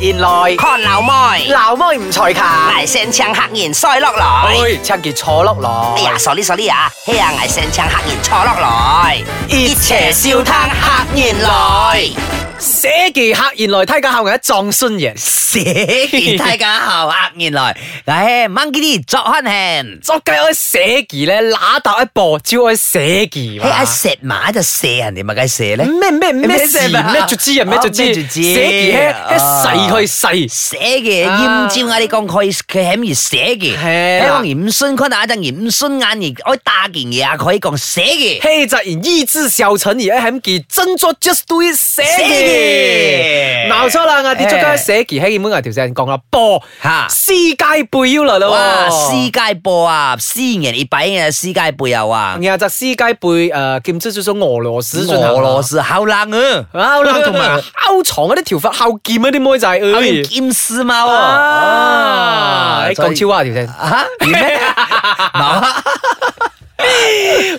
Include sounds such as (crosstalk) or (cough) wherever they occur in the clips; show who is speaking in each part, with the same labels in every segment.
Speaker 1: 原來
Speaker 2: 看老妹，
Speaker 1: 鬧妹唔才勤，
Speaker 2: 危聲槍黑然衰落來。
Speaker 1: 哎，趁件坐落
Speaker 2: 哎
Speaker 1: 來，
Speaker 2: 呀，sorry sorry 啊，哎呀，危聲槍黑然錯落來，
Speaker 1: 熱邪
Speaker 2: 笑嘆黑然來，
Speaker 1: 寫記客原來睇家後眼撞孫人，寫
Speaker 3: 見大家好，客原來，唉，monkey 啲作看慶，
Speaker 1: 作雞我寫記咧，乸搭一步，招我寫記
Speaker 3: 嘿，阿石馬就射人哋咪計射咧，
Speaker 1: 咩咩咩事
Speaker 3: 咩事啊
Speaker 1: 咩卒之啊咩卒之，
Speaker 3: 哦咩
Speaker 1: 寫
Speaker 3: 卒之
Speaker 1: 記咧一
Speaker 3: 哦
Speaker 1: 細佢細，
Speaker 3: 射嘅
Speaker 1: 啊
Speaker 3: 厭照眼你講佢佢係咁而射嘅，
Speaker 1: 係
Speaker 3: 喺
Speaker 1: 啦
Speaker 3: 我唔信佢那陣唔信眼而我打件嘢啊，佢講射嘅。
Speaker 1: 嘿就然意志消沉而家喺咁記，真作 just do it 寫記，
Speaker 3: 寫記
Speaker 1: 鬧錯啦！我哋作家寫記喺原本我條線講啦，波
Speaker 3: 嚇
Speaker 1: 世界杯要嚟
Speaker 3: 哇！
Speaker 1: 啦
Speaker 3: 世
Speaker 1: 喎。
Speaker 3: 界波啊，私人一擺嘅世界杯又啊，
Speaker 1: 然後就世界呃盃誒，兼知咗俄羅斯進行啦啊
Speaker 3: 俄羅斯啊好冷啊，
Speaker 1: 歐啦，同
Speaker 3: 同
Speaker 1: 埋
Speaker 3: 埋
Speaker 1: 歐床嗰啲條法後劍嗰啲妹仔，
Speaker 3: 好
Speaker 1: 哎
Speaker 3: 劍士嘛喎，
Speaker 1: 啊，你
Speaker 3: 哦所以
Speaker 1: 講超啊條聲。 (laughs)
Speaker 3: 啊，點咩？ (laughs) 冇啊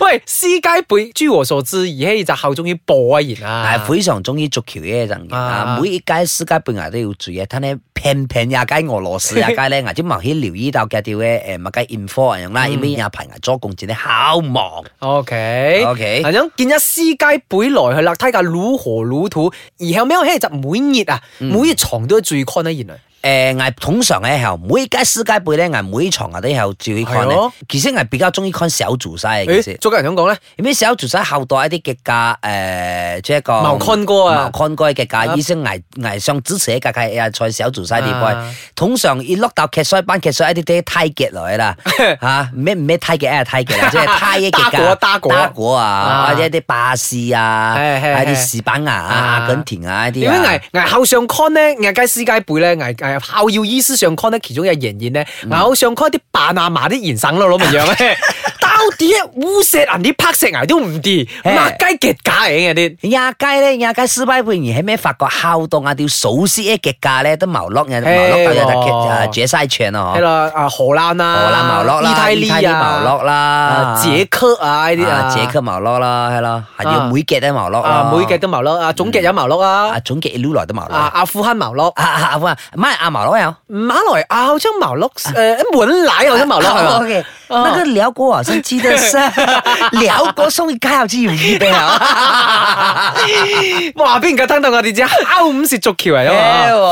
Speaker 1: 喂，世界盃據我所知，而家就效忠於播一然
Speaker 3: 但
Speaker 1: 啊
Speaker 3: 哎係。非常中意足球嘅一陣嘅，
Speaker 1: 啊
Speaker 3: 啊每一屆世界盃啊都要注意，睇咧平平廿屆俄羅斯廿屆咧，或者某啲留意到嘅條嘅誒某屆 info 咁
Speaker 1: 嗯
Speaker 3: 啦，因為有排牙做工錢咧好忙，
Speaker 1: OK
Speaker 3: OK
Speaker 1: 係咁見一世界盃來去啦，睇下如何如土，而後尾我喺就每熱啊，
Speaker 3: 嗯
Speaker 1: 每熱床都最 con 一然啊。
Speaker 3: 誒，我通常咧後每一屆世界盃咧，我每場啊都有注意看
Speaker 1: 係
Speaker 3: 咧
Speaker 1: 咯，
Speaker 3: 其實我比較中意看小組賽嘅，其
Speaker 1: 誒，
Speaker 3: 實。
Speaker 1: 做個人想講咧，
Speaker 3: 有咩時候做晒後代一啲嘅價誒，即係一個
Speaker 1: 茅坑哥啊
Speaker 3: 茅坑哥嘅
Speaker 1: 啊
Speaker 3: 價，醫生危危上支持嘅價係啊，賽小做晒啲
Speaker 1: 啊
Speaker 3: 波，通常一碌到劇衰班劇衰一啲啲太極
Speaker 1: (laughs)
Speaker 3: 來啦，嚇咩唔咩太極啊太極啦，即係太極嘅價，
Speaker 1: 打鼓啊打鼓
Speaker 3: 打鼓
Speaker 1: 啊
Speaker 3: 啊，或者一啲巴士啊，
Speaker 1: 係係
Speaker 3: 一啲
Speaker 1: 係
Speaker 3: 西班牙啊、
Speaker 1: 啊
Speaker 3: 阿根廷啊一啲
Speaker 1: 點
Speaker 3: 啊，
Speaker 1: 解危危後上 con 咧，危街世界盃咧，危危後要醫師上 con 咧，其中有仍然咧，危後上 con 啲扮阿嫲啲言省咯，攞咪
Speaker 3: (laughs)
Speaker 1: 樣咧，到底烏石人啲拍石危都唔掂，
Speaker 3: 嘿
Speaker 1: 擘雞極假嚟嘅啲。
Speaker 3: 廿屆咧，廿屆失敗半而喺咩法國敲到啊條數師一極價咧都冇落嘅，冇落到有
Speaker 1: 嘿哦喎
Speaker 3: 得啊絕晒場咯
Speaker 1: 係
Speaker 3: 嗬。
Speaker 1: 啦，啊荷蘭啊，
Speaker 3: 荷蘭毛落啦，
Speaker 1: 意
Speaker 3: 意
Speaker 1: 大
Speaker 3: 大
Speaker 1: 利
Speaker 3: 利
Speaker 1: 啊，
Speaker 3: 毛落啦
Speaker 1: 啊，捷克啊呢啲啊，
Speaker 3: 啊捷克毛落啦，係咯，係
Speaker 1: 啊
Speaker 3: 要每腳都毛落
Speaker 1: 啊
Speaker 3: 啦，
Speaker 1: 每隻都毛落啊，總隻有毛落
Speaker 3: 啊
Speaker 1: 啊，
Speaker 3: 總結一路來都毛落，
Speaker 1: 啊
Speaker 3: 啊
Speaker 1: 阿富汗毛落，
Speaker 3: 啊啊哇，唔係阿毛落有。
Speaker 1: 馬來亞好像毛
Speaker 3: (laughs)
Speaker 1: 落，誒文萊好像毛落係嘛？
Speaker 3: 哦
Speaker 1: 哦
Speaker 3: OK，那个辽国好像
Speaker 1: (laughs)
Speaker 3: 记得 (laughs) 是辽国送一盖好似要预
Speaker 1: (laughs)
Speaker 3: 备啊，
Speaker 1: 哇！俾人家聽到我哋只敲五舌族橋嚟
Speaker 3: 네.
Speaker 1: 啊嘛！
Speaker 3: 어.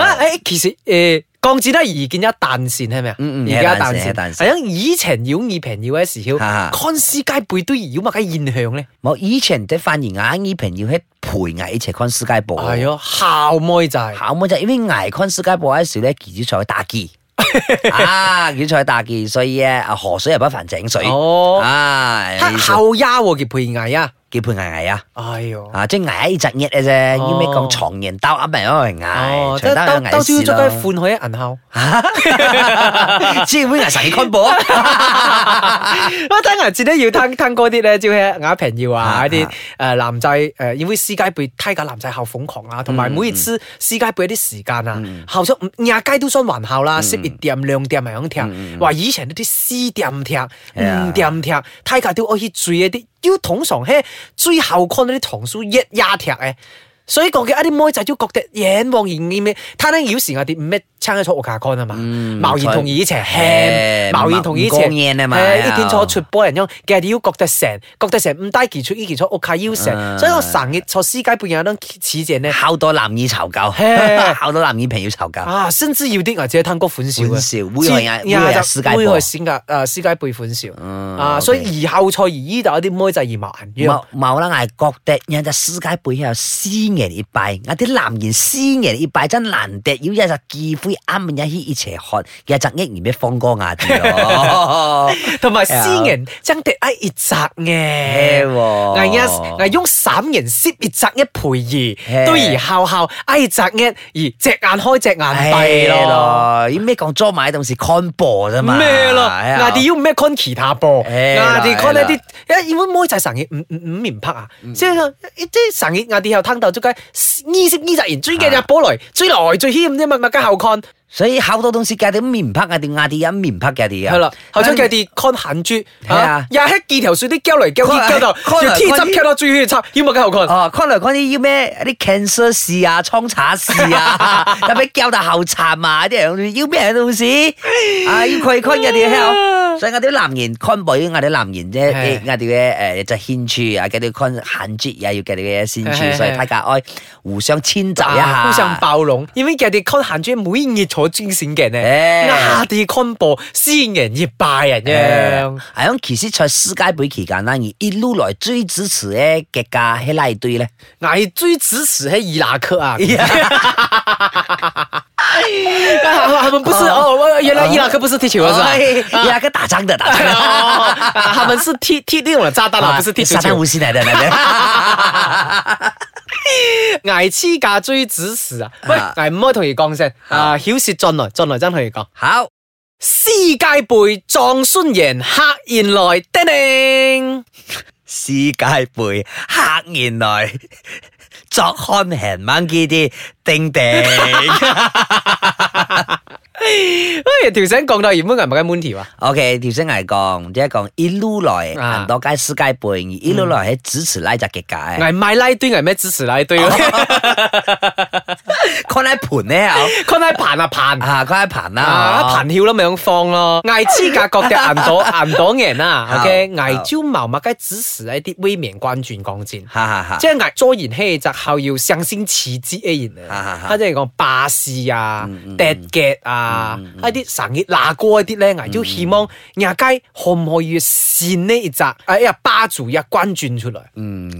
Speaker 1: 啊，誒，其實誒。鋼子都係而見一彈線係咪啊？
Speaker 3: 嗯嗯
Speaker 1: 而家
Speaker 3: 一彈線一
Speaker 1: 彈線
Speaker 3: 彈線
Speaker 1: 係啊！以前妖二平妖嘅時候，
Speaker 3: 啊
Speaker 1: 康斯街背都妖乜嘅現象咧？
Speaker 3: 我以前啲發現啊，呢平要喺陪挨一齊看世界盃。
Speaker 1: 係啊，校妹就係
Speaker 3: 考我就因為挨昆世界盃嗰時咧，記者賽打
Speaker 1: (laughs)
Speaker 3: 機啊，記者賽打機，所以咧啊河水又不犯井水
Speaker 1: 哦
Speaker 3: 啊，
Speaker 1: 黑校丫喎，叫配藝啊！
Speaker 3: 幾倍挨挨啊！
Speaker 1: 哎呦，
Speaker 3: 啊，即係挨一隻嘢嘅啫，
Speaker 1: 哦
Speaker 3: 要咩講床人兜噏咪因為挨
Speaker 1: 哦，，即
Speaker 3: 床
Speaker 1: 係
Speaker 3: 兜
Speaker 1: 兜
Speaker 3: 有
Speaker 1: 兜
Speaker 3: 挨
Speaker 1: 招
Speaker 3: 屎
Speaker 1: 捉佢
Speaker 3: (laughs) 咯，
Speaker 1: 款去銀校。
Speaker 3: 即係會挨神康 (laughs) 波
Speaker 1: (laughs) 我睇牙節咧要吞吞嗰啲咧，即係眼平要啊
Speaker 3: 啊
Speaker 1: 嗰啲
Speaker 3: 啊嗯
Speaker 1: 誒男仔誒，因為世界盃睇架男仔校瘋狂啊，同埋每次世界盃啲時間啊，校咗五廿街都想還校
Speaker 3: 嗯
Speaker 1: 啦，十二點兩點咪響踢，話以前呢啲四點踢、
Speaker 3: 啊
Speaker 1: 五點踢，睇架都可以追一啲，要通常喺最後看嗰啲堂數一廿踢嘅。所以講嘅一啊啲妹仔都覺得眼望而厭咩，睇咧有時我哋唔咩撐得出我架杆啊嘛，
Speaker 3: 嗯
Speaker 1: 貿然同以前輕，
Speaker 3: 誒
Speaker 1: 貿然同以前
Speaker 3: 唔講嘢啊嘛
Speaker 1: 誒
Speaker 3: 又
Speaker 1: 呢件錯出波人用嘅係要覺得成，覺得成唔低技出呢件錯屋卡要成，
Speaker 3: 啊
Speaker 1: 所以我成日坐私家半夜都似正咧，
Speaker 3: 考到男耳酬教， (laughs)
Speaker 1: 嘿
Speaker 3: 考到男耳平要酬教，
Speaker 1: 啊甚至要啲或者攤嗰款笑
Speaker 3: 款
Speaker 1: 嘅，
Speaker 3: 笑會係
Speaker 1: 知
Speaker 3: 會係
Speaker 1: 呀
Speaker 3: 私家
Speaker 1: 會
Speaker 3: 波
Speaker 1: 係先噶誒私家背款笑
Speaker 3: 嗯
Speaker 1: 啊，
Speaker 3: OK
Speaker 1: 所以而後賽而依度有啲妹仔而盲樣
Speaker 3: 冇冇啦，挨覺得有隻世界盃有私人一拜，有啲男人私人一拜真難得，要一隻機會啱人一起一齊看，有隻一而咩放歌牙啲咯。
Speaker 1: 同埋私人爭敵一熱窄嘅。
Speaker 3: 嘿喎
Speaker 1: 危一危用三人攝熱窄一陪
Speaker 3: 嘿
Speaker 1: 二，都而孝孝挨窄一而隻眼開隻眼閉
Speaker 3: 係
Speaker 1: 咯。
Speaker 3: 咯，要咩講裝埋同時 combo 啫嘛。
Speaker 1: 咩咯？
Speaker 3: 係啊
Speaker 1: 我哋要咩 con 其他波？我
Speaker 3: 係啦
Speaker 1: 哋 con
Speaker 3: 係啦
Speaker 1: 一啲，因為妹仔成日五五五面拍啊，即係即係成日我哋又攤鬥咗街，二十二十人追嘅入波來，追來追牽啫嘛，咪加後 con。
Speaker 3: 所以好多東西嘅啲面拍啊，啲亞啲人面拍嘅啲啊，
Speaker 1: 係哎啦，後生嘅啲看行珠，
Speaker 3: 係啊
Speaker 1: 廿一件條水啲膠嚟膠去膠
Speaker 3: 可
Speaker 1: 到，
Speaker 3: 能
Speaker 1: 要天
Speaker 3: 可能
Speaker 1: 針膠到最去插，要冇膠看。
Speaker 3: 哦，可能嗰啲要咩啲 cancer 事啊、瘡查事
Speaker 1: (laughs)
Speaker 3: 啊，特別教大後殘啊啲人要咩東西？啊，要佢看嘅啲喺所以我哋男人看背，我哋男人啫，
Speaker 1: 係
Speaker 3: 我哋嘅誒就獻處啊，嘅啲看限節啊，要嘅啲嘅先
Speaker 1: 係
Speaker 3: 處，
Speaker 1: 係
Speaker 3: 所以大家愛互相遷就一
Speaker 1: 啊
Speaker 3: 下，
Speaker 1: 互相包容，因為佢哋看行珠每日坐專線嘅呢，
Speaker 3: 誒
Speaker 1: 亞啲看播先人熱拜人樣。
Speaker 3: 係響其實在世界盃期間啦，而一路來最支持嘅嘅家係哪一隊咧？
Speaker 1: 捱最支持係伊拉克啊！
Speaker 3: (laughs) 呀
Speaker 1: 啊他們不是
Speaker 3: 哦
Speaker 1: 哦，原來伊拉克不是踢球的是吧？
Speaker 3: 哎呀，個打仗的打仗
Speaker 1: (laughs)
Speaker 3: 的。
Speaker 1: 哦，他們是踢踢那種炸彈啊，不是踢足
Speaker 3: 撒旦
Speaker 1: 球
Speaker 3: 無。锡來的來的。
Speaker 1: 挨黐架追指示啊！喂
Speaker 3: 啊，
Speaker 1: 挨唔可以同佢講聲啊，曉舌進來，進來真同佢講。
Speaker 3: 好，
Speaker 1: 世界盃撞孫贏客現來，叮叮。
Speaker 3: 世界盃黑年來，作看行猛啲啲定定。
Speaker 1: 喂，條繩降到原本係咪係 Monty 啊？
Speaker 3: OK，條聲嚟講，即係講一路來
Speaker 1: 啊
Speaker 3: 行多街世界盃，而一路來係支持拉隻嘅解，
Speaker 1: 挨賣拉堆，挨咩指示拉堆？
Speaker 3: 看喺盤咧，
Speaker 1: (laughs) 看下盤啊盤。
Speaker 3: 啊，看喺盤
Speaker 1: 啊，
Speaker 3: 啦，
Speaker 1: 彈跳啦，咪咁放咯。捱資格各隻銀朵銀朵人啊
Speaker 3: (laughs) 好
Speaker 1: ，OK，
Speaker 3: 好
Speaker 1: 捱招茅麥雞只時一啲威名關轉講戰。
Speaker 3: 哈哈哈
Speaker 1: 即。係捱咗然欺就後要上先似之一然
Speaker 3: 啊啊
Speaker 1: 啊
Speaker 3: 啊！嗯
Speaker 1: 啊即係講巴士啊、趯腳啊，一啲神熱拿過一啲咧，
Speaker 3: 嗯
Speaker 1: 捱招希望亞雞可唔可以善呢一集？哎呀，巴住一關轉出嚟，
Speaker 3: 嗯，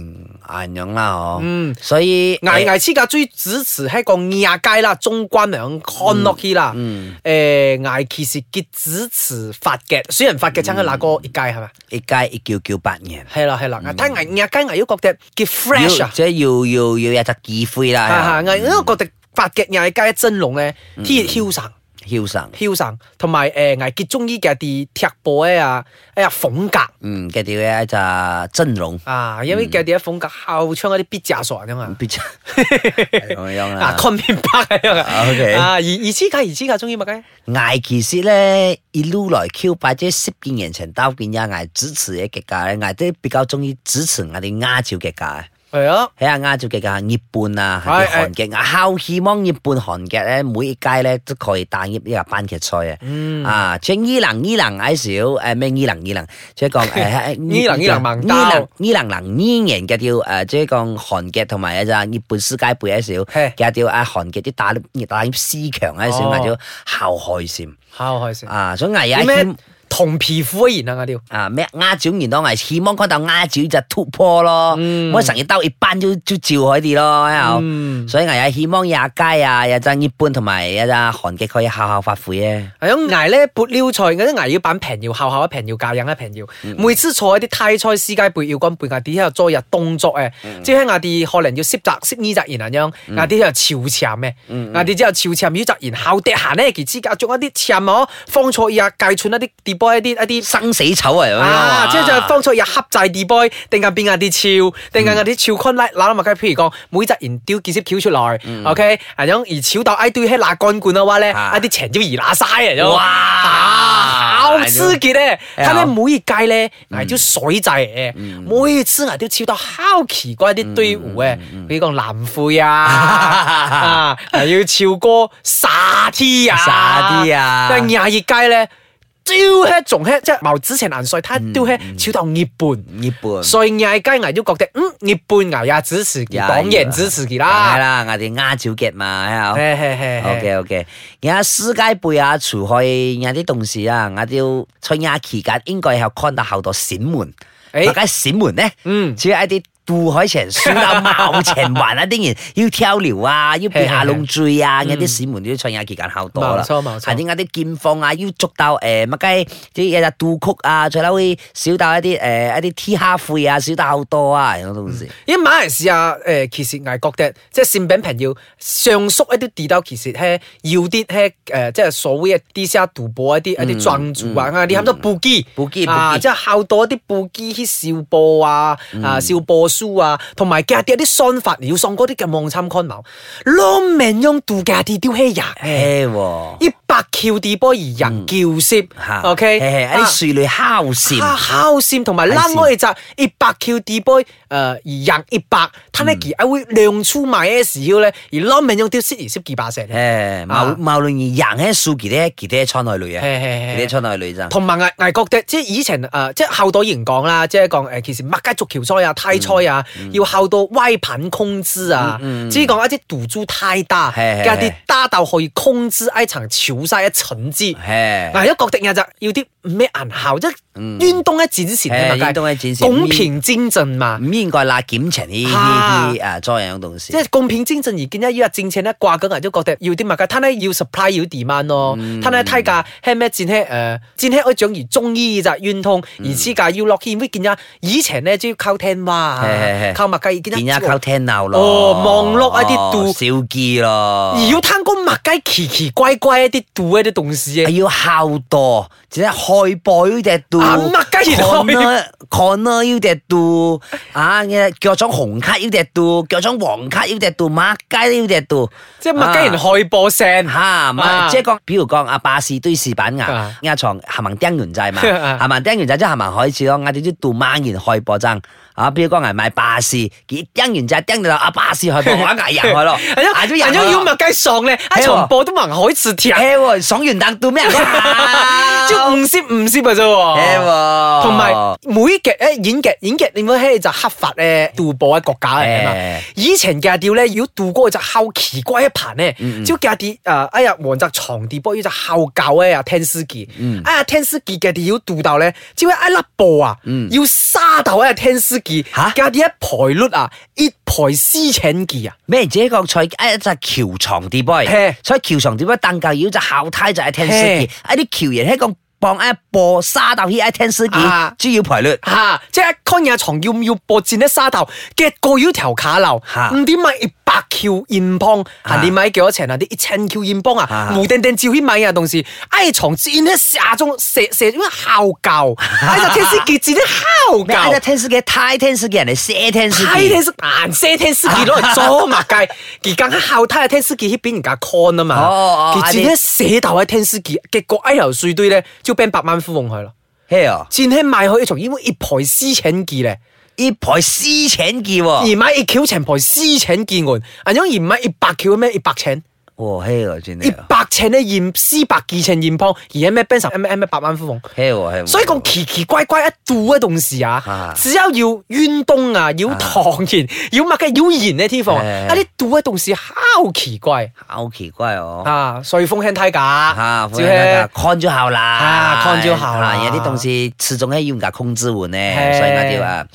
Speaker 3: 咁樣啦，嗬。
Speaker 1: 嗯，
Speaker 3: 所以呃
Speaker 1: 捱捱資格最支持係個亞雞啦，中關兩看落去啦。
Speaker 3: 嗯，
Speaker 1: 誒，捱其實結支持法嘅，雖然法嘅爭緊那個一屆係咪？
Speaker 3: 一屆一叫叫八年。
Speaker 1: 係啦係
Speaker 3: 嗯
Speaker 1: 啦，但係捱亞雞捱要覺得結 fresh
Speaker 3: 要
Speaker 1: 啊！
Speaker 3: 即係要要要有嗯隻機會啦，係啊
Speaker 1: 係係，因為我覺得法嘅嗌加一真龍咧，啲囂神
Speaker 3: 僥倖
Speaker 1: 囂神，同埋誒嗌結中醫嘅啲踢波咧啊，哎呀風格
Speaker 3: 嗯，嘅條嘢就真龍，
Speaker 1: 啊，因為嘅啲風格後窗嗰啲必炸傻噶嘛。
Speaker 3: 必出係咁樣
Speaker 1: (laughs) 啊，
Speaker 3: 啦。
Speaker 1: 看面白係啊
Speaker 3: 嗯 (laughs) 啊，OK
Speaker 1: 啊，而而此架而此架中意乜嘅？
Speaker 3: 艾其實咧，一路來 Q 八，即係識見人情刀見呀，艾支持嘅極價咧，艾都比較中意支持我哋亞洲嘅價。
Speaker 1: 係啊，
Speaker 3: 喺啊亞洲嘅價日本啊，
Speaker 1: 係
Speaker 3: 係韓劇啊，好希望日本韓劇咧，每一屆咧都可以打入呢個班劇賽啊。
Speaker 1: 嗯，
Speaker 3: 啊，像伊朗伊朗矮少，誒咩伊朗伊朗，即係講誒
Speaker 1: 伊朗伊朗盲兜
Speaker 3: 伊朗伊朗能伊人嘅叫誒，即係講韓劇同埋一隻日本世界盃矮少，
Speaker 1: 係
Speaker 3: 嘅叫啊韓劇啲打入打入四強矮少，
Speaker 1: 哦
Speaker 3: 嗌做後海閃
Speaker 1: 好開心。
Speaker 3: 啊，所以嗌
Speaker 1: 啲
Speaker 3: 啊
Speaker 1: 咩
Speaker 3: 希
Speaker 1: 同皮膚一然啊，我哋
Speaker 3: 啊咩亞洲原當係希望嗰度亞洲就突破咯，
Speaker 1: 嗯
Speaker 3: 我成日兜一班都都照佢哋咯，喺度
Speaker 1: 嗯，
Speaker 3: 所以嗌啊希望廿街啊，有隻日本同埋有隻韓劇可以效效發揮啊。
Speaker 1: 係咁捱咧撥撩菜，嗰啲捱要板平要，後後一平要，教人一平要。每次坐喺啲泰賽世界盃要干背牙啲喺度做日動作誒，即係牙啲可能要攝集攝呢集然啊咁樣，牙啲喺度潮潛嘅，牙啲之後潮潛呢集然後跌行呢，其之間仲有啊一啲潛哦，放錯嘢界串一啲 d 波一啲一啲。
Speaker 3: 生死丑啊，咁樣
Speaker 1: 啊！即係就係
Speaker 3: 方
Speaker 1: 放錯嘢恰晒 D boy，定係變下啲潮，定係嗰啲潮坤拉攬埋佢。譬如講，每集然丟幾隻橋出來，OK，啊樣而潮到 I do 喺拿干罐嘅話咧，
Speaker 3: 啊
Speaker 1: 一啲情招而拿晒啊樣。
Speaker 3: 哇
Speaker 1: 啊好刺激咧！
Speaker 3: 哎呦
Speaker 1: 佢咧每一屆咧，挨啲水仔嘅，每一次挨啲超到好奇怪啲隊伍嘅，比如講南非啊，啊係要超過沙 T 啊，
Speaker 3: 沙啲啊
Speaker 1: 但係廿二屆咧。招吃仲吃，即係冇之前難睡，他都
Speaker 3: 嗯
Speaker 1: 吃超到熱半。
Speaker 3: 日本
Speaker 1: 所以嗌雞挨都覺得，嗯，熱半牛也指示佢，
Speaker 3: 呀
Speaker 1: 講贏指示佢
Speaker 3: 係
Speaker 1: 啦。
Speaker 3: 啦，我哋亞洲嘅嘛，喺度。
Speaker 1: 嘿嘿嘿嘿
Speaker 3: OK OK，而 (laughs) 家世界盃啊，除開有啲同事啊，我哋要在亞期間應該係看到好多閃門，
Speaker 1: 誒
Speaker 3: 大家閃門咧，
Speaker 1: 嗯
Speaker 3: 主要一啲渡海前、輸到冇前環
Speaker 1: (laughs)
Speaker 3: 啊，啲人要跳撩啊，要避下窿墜啊，有啲閃門都在亞期間好多
Speaker 1: 冇
Speaker 3: 啦。
Speaker 1: 錯冇錯
Speaker 3: 係點解啲劍放啊，要捉到誒乜雞，即係有隻渡曲啊，再撈啲少到一啲誒一啲 T 蝦灰啊，少到好多啊，有啲同事。
Speaker 1: 因為馬來西亞誒、呃其實我覺得即係善品朋友上述一啲地道其實係要啲係誒即係所謂嘅啲下賭博一啲一啲莊主啊，啊啲好多布基
Speaker 3: 布基布
Speaker 1: 啊，
Speaker 3: 基
Speaker 1: 即係好多啲布基啲笑波啊，啊笑波書啊，同埋嘅啲一啲算法，要送嗰啲嘅網參看網，攞命用度假啲丟起人嘅，
Speaker 3: 嘿喎，
Speaker 1: 一百橋地波而人叫涉
Speaker 3: 嚇
Speaker 1: ，OK，
Speaker 3: 嘿嘿一
Speaker 1: 啊
Speaker 3: 啲樹類烤蟬。
Speaker 1: 他烤扇同埋拉我哋就一百 Q D boy，誒而人一百，啊他呢而會亮出埋 S 腰咧，而攞命用條 C 而攝幾把石咧，
Speaker 3: 誒，
Speaker 1: 啊
Speaker 3: 無無論而人喺數幾多幾多窗內類啊，
Speaker 1: 嘿嘿嘿
Speaker 3: 幾多窗內類咋？
Speaker 1: 同埋危危覺得即係以前誒、呃即係後代人講啦，即係講呃誒其實麥家族橋災啊、太災啊，要後到歪貧控資啊，即係講一啲賭注太大，
Speaker 3: 係係
Speaker 1: 加啲
Speaker 3: 係
Speaker 1: 打鬥可以控資一層潮晒一層資。
Speaker 3: 誒，
Speaker 1: 嗱，一國定日就要啲咩銀校，即係冤東一戰前啊嘛，
Speaker 3: 係冤東一戰前
Speaker 1: 拱平精進嘛。
Speaker 3: 唔應該啦，檢查呢呢啲誒作用同事
Speaker 1: 即。係公平競爭而見一於啊政策咧掛緊人都覺得要啲物價，攤咧要 supply 要 demand 咯，攤咧睇價係咩戰係誒戰係我長而中醫咋冤痛，而此價要落見會見啊，以前咧主要靠聽話
Speaker 3: 係係
Speaker 1: 啊
Speaker 3: 係，
Speaker 1: 靠物價而見
Speaker 3: 見
Speaker 1: 啊
Speaker 3: 一溝聽鬧咯，
Speaker 1: 哦望落一啲度
Speaker 3: 哦少記咯，
Speaker 1: 而要攤工物價奇奇怪怪一啲度一啲動事嘅，
Speaker 3: 要孝道，即係害波呢只度，
Speaker 1: 啊乜雞翼開
Speaker 3: corner corner 呢只度，啊嘅腳掌紅卡呢只度，腳掌黃卡呢只度，乜雞呢只度，
Speaker 1: 即係物價人害波
Speaker 3: (laughs)
Speaker 1: 聲。
Speaker 3: 吓，
Speaker 1: 啊
Speaker 3: 嘛，即係講，比如講阿巴士堆士板
Speaker 1: 啊
Speaker 3: 牙，壓床行行釘
Speaker 1: (laughs)
Speaker 3: 完仔嘛，
Speaker 1: 啊
Speaker 3: 行行釘完仔即係行行開始咯，壓啲啲度猛然開波爭，啊，比如講係買巴士，佢釘完仔釘到阿巴士開波，我壓人
Speaker 1: (laughs)
Speaker 3: 開咯，
Speaker 1: 係咯，
Speaker 3: 壓咗
Speaker 1: 係
Speaker 3: 人
Speaker 1: 咯
Speaker 3: 開
Speaker 1: 要
Speaker 3: 咯
Speaker 1: 物。價上咧，一
Speaker 3: 係喎
Speaker 1: 場波都唔可以似貼，
Speaker 3: 嘿喎，爽完凳到
Speaker 1: (laughs)
Speaker 3: 咩人
Speaker 1: 即係唔攝唔攝嘅啫喎。
Speaker 3: 嘿喎，
Speaker 1: 同埋每劇咧演劇演劇，你唔好喺就黑法咧杜播一國家嚟啊嘛
Speaker 3: 誒。
Speaker 1: 以前嘅調咧，如果杜嗰就後奇怪一盤咧，只要嘅啲誒哎呀黃澤床地波要就後教咧啊聽司機，哎呀聽司機嘅調要杜到咧，只要一粒波啊，要沙到啊聽司機，
Speaker 3: 吓
Speaker 1: 嘅啲一排率啊，一排私請記啊，
Speaker 3: 咩？自己講菜一隻橋床啲 boy，
Speaker 1: 嘿
Speaker 3: 所以橋床啲 boy 凳嚿要就後胎就係聽司
Speaker 1: 嘿
Speaker 3: 機，一啲橋人喺講幫一播沙豆去一聽司機
Speaker 1: 啊，
Speaker 3: 主要賠率。
Speaker 1: 嚇！即係 con 嘢床要唔要搏戰咧沙頭嘅個要條卡流
Speaker 3: 嚇，
Speaker 1: 唔點買一百橋燕邦，
Speaker 3: 嚇
Speaker 1: 啊你買幾多錢啊？啲一千橋燕邦啊，
Speaker 3: 嚇
Speaker 1: 無定定照起買啊，同時哎床戰咧下中射射咗烤教，哎就天師傑戰咧烤
Speaker 3: 咩？一隻
Speaker 1: 教。
Speaker 3: 聽司機，太聽司機，人哋寫聽司
Speaker 1: 睇聽
Speaker 3: 機。
Speaker 1: 識顏色聽識見攞嚟裝物計，而更加後睇下聽識見喺邊人家 con 啊嘛
Speaker 3: 哦哦，
Speaker 1: 而戰咧寫到喺聽識見，結果哎頭碎堆咧，就變百萬富翁去咯。
Speaker 3: 嘿哦，
Speaker 1: 戰喺賣去一場，因為一賠私請記咧。
Speaker 3: 呢賠私請記喎。
Speaker 1: 而買一橋成台私請見案，人樣而唔係一百橋咩一百請，
Speaker 3: 哦，嘿哦，真
Speaker 1: 一
Speaker 3: 係。
Speaker 1: 百請咧驗私百二請驗幫，而係咩 b e n 咩咩咩百萬富翁。
Speaker 3: 嘿喎，嘿喎。
Speaker 1: 所以講奇奇怪怪一度嘅動事啊
Speaker 3: 啊，
Speaker 1: 只有要冤東啊，要唐然，要乜嘅要言呢天放啊，
Speaker 3: 係
Speaker 1: 一啲度嘅動事好奇怪
Speaker 3: 好啊奇怪哦。
Speaker 1: 啊！所以風輕睇
Speaker 3: 吓，
Speaker 1: 價，
Speaker 3: 歡迎大家 con 咗後啦，
Speaker 1: 啊，con 咗後啦
Speaker 3: 啊有啲同事始終係要人家控制換
Speaker 1: 係
Speaker 3: 咧，所以我哋話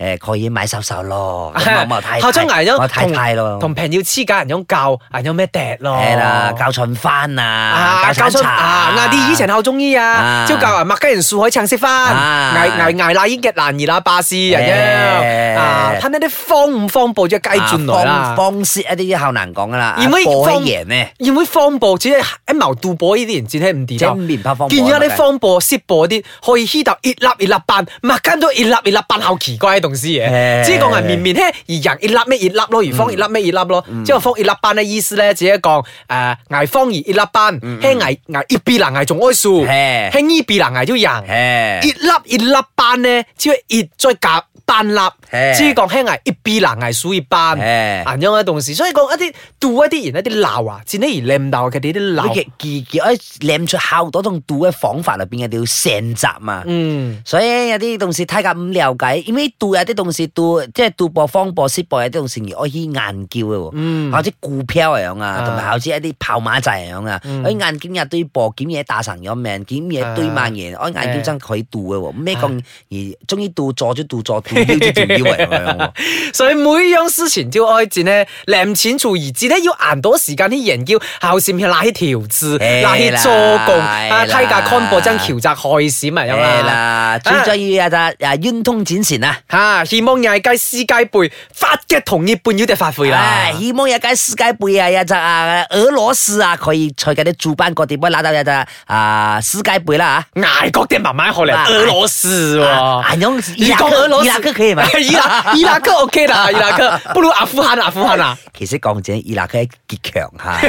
Speaker 3: 誒可以買手手
Speaker 1: (laughs)
Speaker 3: 咯，咁我我太
Speaker 1: 後將
Speaker 3: 太
Speaker 1: 挨咗
Speaker 3: 我太太
Speaker 1: 啊
Speaker 3: 咯，
Speaker 1: 同平要黐架人樣教，人樣咩跌咯，
Speaker 3: 係啦，教春翻啊
Speaker 1: 啊，，
Speaker 3: 教
Speaker 1: 教出
Speaker 3: 春茶
Speaker 1: 啊，嗌啲以前後中醫啊
Speaker 3: 啊，
Speaker 1: 招教啊，麥雞人樹海撐識翻，
Speaker 3: 啊
Speaker 1: 挨挨挨那英嘅難兒那巴士人
Speaker 3: 誒
Speaker 1: 樣啊，睇呢啲方唔方步咗雞轉來啦
Speaker 3: 啊方，方式一啲後難講噶啦，
Speaker 1: 因為
Speaker 3: 播
Speaker 1: 方
Speaker 3: 起贏呢，
Speaker 1: 要唔會方步只係一矛杜波呢啲人戰喺唔掂
Speaker 3: 即係面拍方
Speaker 1: 見而家啲
Speaker 3: 方
Speaker 1: 方步、涉步啲可以牽頭熱立熱立扮，麥間都熱立熱立扮好奇怪嘅動事嘢，
Speaker 3: 誒
Speaker 1: 只係講係面面咧，而人熱立咩熱立咯，而方熱立咩熱立咯，即係方熱立班嘅意思咧，只係講誒捱方而熱立班，輕捱捱熱必難捱仲哀數，
Speaker 3: 誒
Speaker 1: 輕依必難捱咗人，熱
Speaker 3: 誒
Speaker 1: 立熱立班咧，只係熱再夾班立，
Speaker 3: 誒
Speaker 1: 只係講輕捱熱必難捱數熱班。
Speaker 3: 誒，
Speaker 1: 咁樣嘅動事，所以講一啲度一啲人一啲鬧啊，戰呢而舐鬧佢哋啲
Speaker 3: 佢
Speaker 1: 鬧，
Speaker 3: 嘅技技可以舐出效果同度嘅方法入邊嘅叫成集嘛。
Speaker 1: 嗯。
Speaker 3: 所以有啲同事睇架唔了解，因為度有啲同事度即係度播方播先播有啲同事而可以硬叫嘅喎，
Speaker 1: 嗯
Speaker 3: 好似股票一樣
Speaker 1: 啊
Speaker 3: 啊，同埋好似一啲跑馬仔一樣啊，
Speaker 1: 嗯
Speaker 3: 可以硬叫日堆播，檢嘢打成咗命，檢嘢堆萬嘢，可以硬叫真可以度嘅喎，咩講而終於度坐咗度坐，度腰咗度腰嚟咁樣喎，
Speaker 1: 所以每樣事前都要開戰呢，舐錢做而戰呢，要捱多時間啲人叫後線去拉起條子，
Speaker 3: 誒
Speaker 1: 拉起做工，啊
Speaker 3: 啦
Speaker 1: 梯架 combo 真橋澤害閃咪有啦。
Speaker 3: 係啦，最緊要啊啊冤通展線啊！
Speaker 1: 吓、希望又係雞私雞背，發嘅同意半要得發悔啦
Speaker 3: 唉，。哎希望有間世界盃啊，有隻啊俄羅斯啊，可以賽嗰啲主辦國點樣拿到有隻啊世界盃啦
Speaker 1: 捱國啲慢慢學嚟
Speaker 3: 啊
Speaker 1: 俄羅斯
Speaker 3: 嚇。
Speaker 1: 喎，
Speaker 3: 啊，用
Speaker 1: 你講俄羅斯
Speaker 3: 伊拉克克可
Speaker 1: (laughs)
Speaker 3: 以吗？
Speaker 1: 伊拉伊拉克 OK
Speaker 3: (laughs)
Speaker 1: 啦，伊拉克不如阿富汗阿富汗啊，
Speaker 3: 其實講真，伊拉克係極強 (laughs) 下，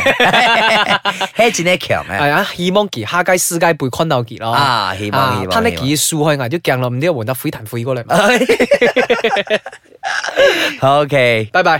Speaker 3: 係真係強
Speaker 1: 係
Speaker 3: (laughs) 啊！
Speaker 1: 啊，希望佢下屆世界盃看到佢咯。
Speaker 3: 啊希望希望啊
Speaker 1: 他呢
Speaker 3: 希望
Speaker 1: 佢輸開牙都鏡啦，唔知換得灰彈灰過嚟。
Speaker 3: OK。
Speaker 1: 拜拜。